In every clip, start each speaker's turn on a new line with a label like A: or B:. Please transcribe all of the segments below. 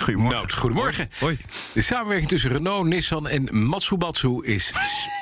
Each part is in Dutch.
A: Goedemorgen. Nout, goedemorgen.
B: Hoi.
A: De samenwerking tussen Renault, Nissan en Matsubatsu is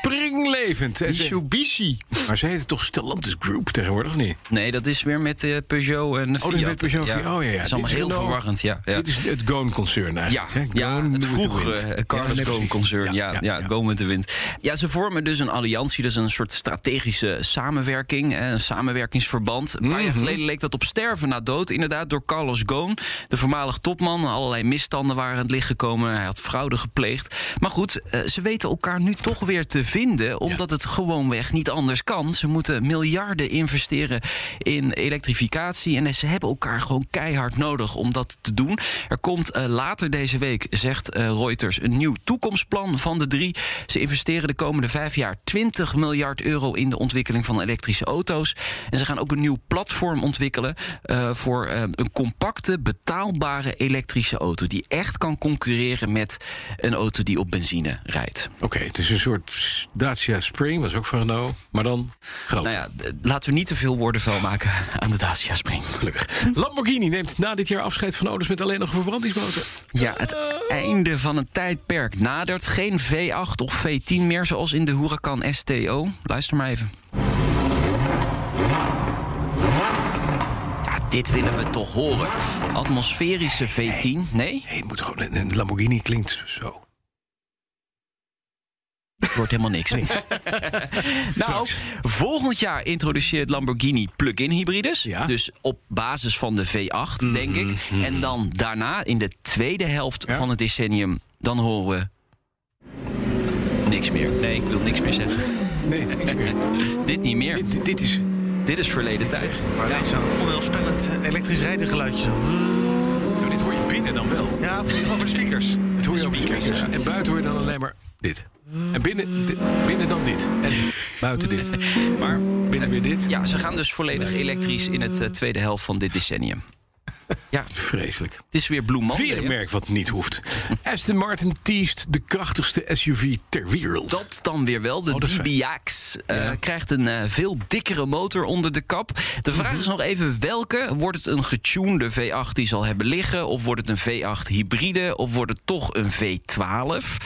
A: springlevend. En ze-
B: Mitsubishi.
A: maar ze heten toch Stellantis Group tegenwoordig, of niet?
C: Nee, dat is weer met eh, Peugeot en Fiat.
A: dat is met Peugeot,
C: ja.
A: Fiat. Oh, ja, ja.
C: Dat is
A: Dit
C: allemaal
A: is
C: heel
A: Renault.
C: verwarrend, ja. ja.
A: Dit is het Goon-concern
C: Ja,
A: eigenlijk. hè?
C: ja,
A: Goon
C: het
A: with the
C: vroegere
A: wind.
C: eh, Carlos
A: Ja, nee,
C: Ghosn
A: precies.
C: concern. Ja, ja,
A: ja.
C: Go with the Wind. Ja, ze vormen dus een alliantie, dus een soort strategische samenwerking, eh, een samenwerkingsverband. Een
A: Mhm.
C: paar jaar geleden leek dat op sterven na dood, inderdaad, door Carlos Ghosn, de voormalig topman. Allerlei misstanden waren aan het licht gekomen, hij had fraude gepleegd. Maar goed, eh, ze weten elkaar nu toch weer te vinden, omdat het gewoonweg niet anders kan. Ze moeten miljarden investeren in elektrificatie en ze hebben elkaar gewoon keihard nodig om dat te doen. Er komt eh, later deze week, zegt eh, Reuters, een nieuw toekomstplan van de drie. Ze investeren de komende vijf jaar 20 miljard euro in de ontwikkeling van elektrische auto's. En ze gaan ook een nieuw platform ontwikkelen eh, voor eh, een compacte, betaalbare elektrische auto. Die echt kan concurreren met een auto die op benzine rijdt.
A: Oké, het is een soort Dacia Spring, was ook van Renault, maar dan groot.
C: Nou ja, d- laten we niet te veel woorden vuil maken aan de Dacia Spring.
A: Gelukkig. Lamborghini neemt na dit jaar afscheid van auto's met alleen nog een verbrandingsmotor.
C: Ja, het einde van een tijdperk nadert. Geen V8 of V10 meer, zoals in de Huracan STO. Luister maar even. Ja, dit willen we toch horen. Atmosferische V10, nee?
A: Nee, het moet gewoon. een- Een Lamborghini klinkt zo.
C: Het wordt helemaal niks. nou,
A: Straks.
C: volgend jaar introduceert Lamborghini plug-in hybrides.
A: Ja. Mhm,
C: Dus op basis van de V8, denk ik. En dan daarna, in de tweede helft
A: Ja.
C: van het decennium, dan horen we... Niks meer. Nee, ik wil niks meer zeggen.
A: Nee, niks meer.
C: Dit niet meer. Dit,
A: Dit, dit is. Nou,
C: is verleden tijd.
B: Maar alleen zo'n onheilspellend eh, elektrisch rijden geluidje. zo.
A: Nou, dit hoor je binnen dan wel.
B: Ja, over de speakers.
A: Het hoor je over de speakers. En buiten hoor je dan alleen maar dit. En binnen, di- binnen dan dit. En buiten dit.
C: Maar
A: Binnen weer dit.
C: ja, ze gaan dus volledig elektrisch in het eh, tweede helft van dit decennium. Ja,
A: Vreselijk.
C: het is weer Blue Monday,
A: Weer een
C: hè?
A: merk wat niet hoeft. Aston Martin teest de krachtigste SUV ter wereld.
C: Dat dan weer wel. De
A: Oh, dat is fijn.
C: DBX eh,
A: Ja.
C: krijgt een eh, veel dikkere motor onder de kap. De
A: Mhm.
C: vraag is nog even welke. Wordt het een getunede V8 die ze al hebben liggen? Of wordt het een V8 hybride? Of wordt het toch een V12?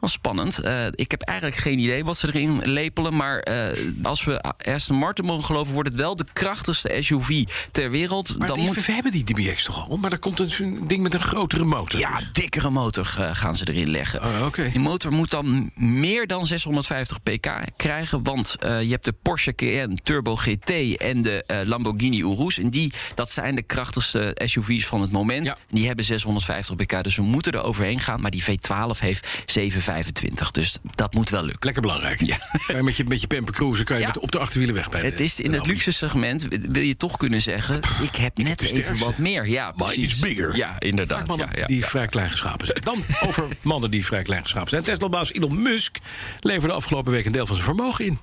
C: Wel spannend. Eh, ik heb eigenlijk geen idee wat ze erin lepelen. Maar eh, als we Aston Martin mogen geloven, wordt het wel de krachtigste SUV ter wereld.
A: maar
C: dan
A: die-
C: moet...
A: we hebben die DBX toch al? Maar er komt dus een zo'n ding met een grotere motor. Dus
C: Ja, dikkere motor eh, gaan ze erin leggen.
A: Oh, oké.
C: Die motor moet dan meer dan 650 pk krijgen. Want eh, je hebt de Porsche Cayenne Turbo GT en de eh, Lamborghini Urus. En die, dat zijn de krachtigste SUV's van het moment.
A: Ja.
C: Die hebben 650 pk, dus we moeten er overheen gaan. Maar die V12 heeft 725, dus dat moet wel lukken.
A: Lekker belangrijk. Kan je met je, met je pamper cruisen kan je
C: Ja.
A: met, op de achterwielen weg bij de-
C: Het is
A: de
C: in het
A: Audi.
C: luxe segment, wil je toch kunnen zeggen... ik heb net
A: de
C: even
A: sterkste.
C: wat meer. Ja,
A: Mine is
C: precies.
A: bigger.
C: Ja, inderdaad. Ja,
A: Mannen
C: ja,
A: die
C: ja.
A: vrij klein geschapen zijn. Dan over mannen die vrij klein geschapen zijn. Tesla-baas Elon Musk leverde afgelopen week een deel van zijn vermogen in.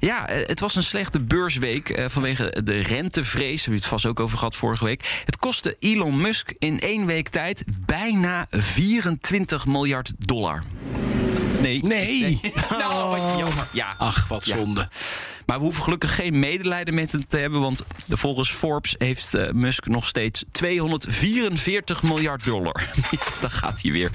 C: Ja, eh, het was een slechte beursweek eh, vanwege de rentevrees. Daar hebben we het vast ook over gehad vorige week. Het kostte Elon Musk in één week tijd bijna 24 miljard dollar. Nee.
A: Nee.
C: Nou, wat jammer. Ja.
A: Oh. Ach, wat
C: Ja.
A: zonde.
C: Maar we hoeven gelukkig geen medelijden met hem te hebben. Want volgens Forbes heeft eh, Musk nog steeds 244 miljard dollar. Ja, Daar gaat hij weer.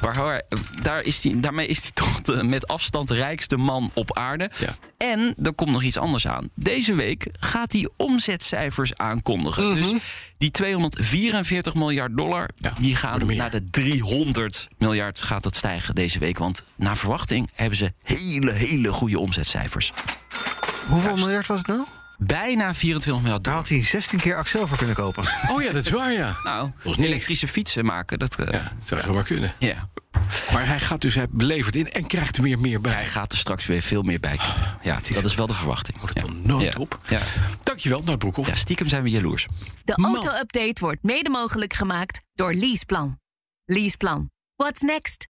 C: Maar hoor, daar is hij, daarmee is hij toch de met afstand rijkste man op aarde.
A: Ja.
C: En er komt nog iets anders aan. Deze week gaat hij omzetcijfers aankondigen. Dus die 244 miljard dollar,
A: Mhm. Ja,
C: die
A: worden
C: gaan
A: meer.
C: naar de 300 miljard gaat dat stijgen deze week. Want naar verwachting hebben ze hele, hele goede omzetcijfers.
B: Hoeveel miljard was het nou?
C: Bijna 24 miljard
B: Daar
C: dollar.
B: had hij 16 keer Axel voor kunnen kopen.
A: Oh ja, dat is waar, ja.
C: Nou,
A: was niet.
C: elektrische fietsen maken. Dat, eh,
A: Ja, zou zo maar kunnen.
C: ja.
A: Maar hij gaat dus, hij levert in en krijgt er weer meer bij.
C: Hij gaat er straks weer veel meer bij. komen. Ja,
A: Ah, het is-
C: dat is wel de verwachting.
A: Wordt het
C: Ja.
A: dan nooit
C: Ja.
A: op?
C: Ja.
A: Dankjewel, Nout Broekhoff.
C: ja, stiekem zijn we jaloers.
D: De auto-update wordt mede mogelijk gemaakt door Leaseplan. Leaseplan. What's next?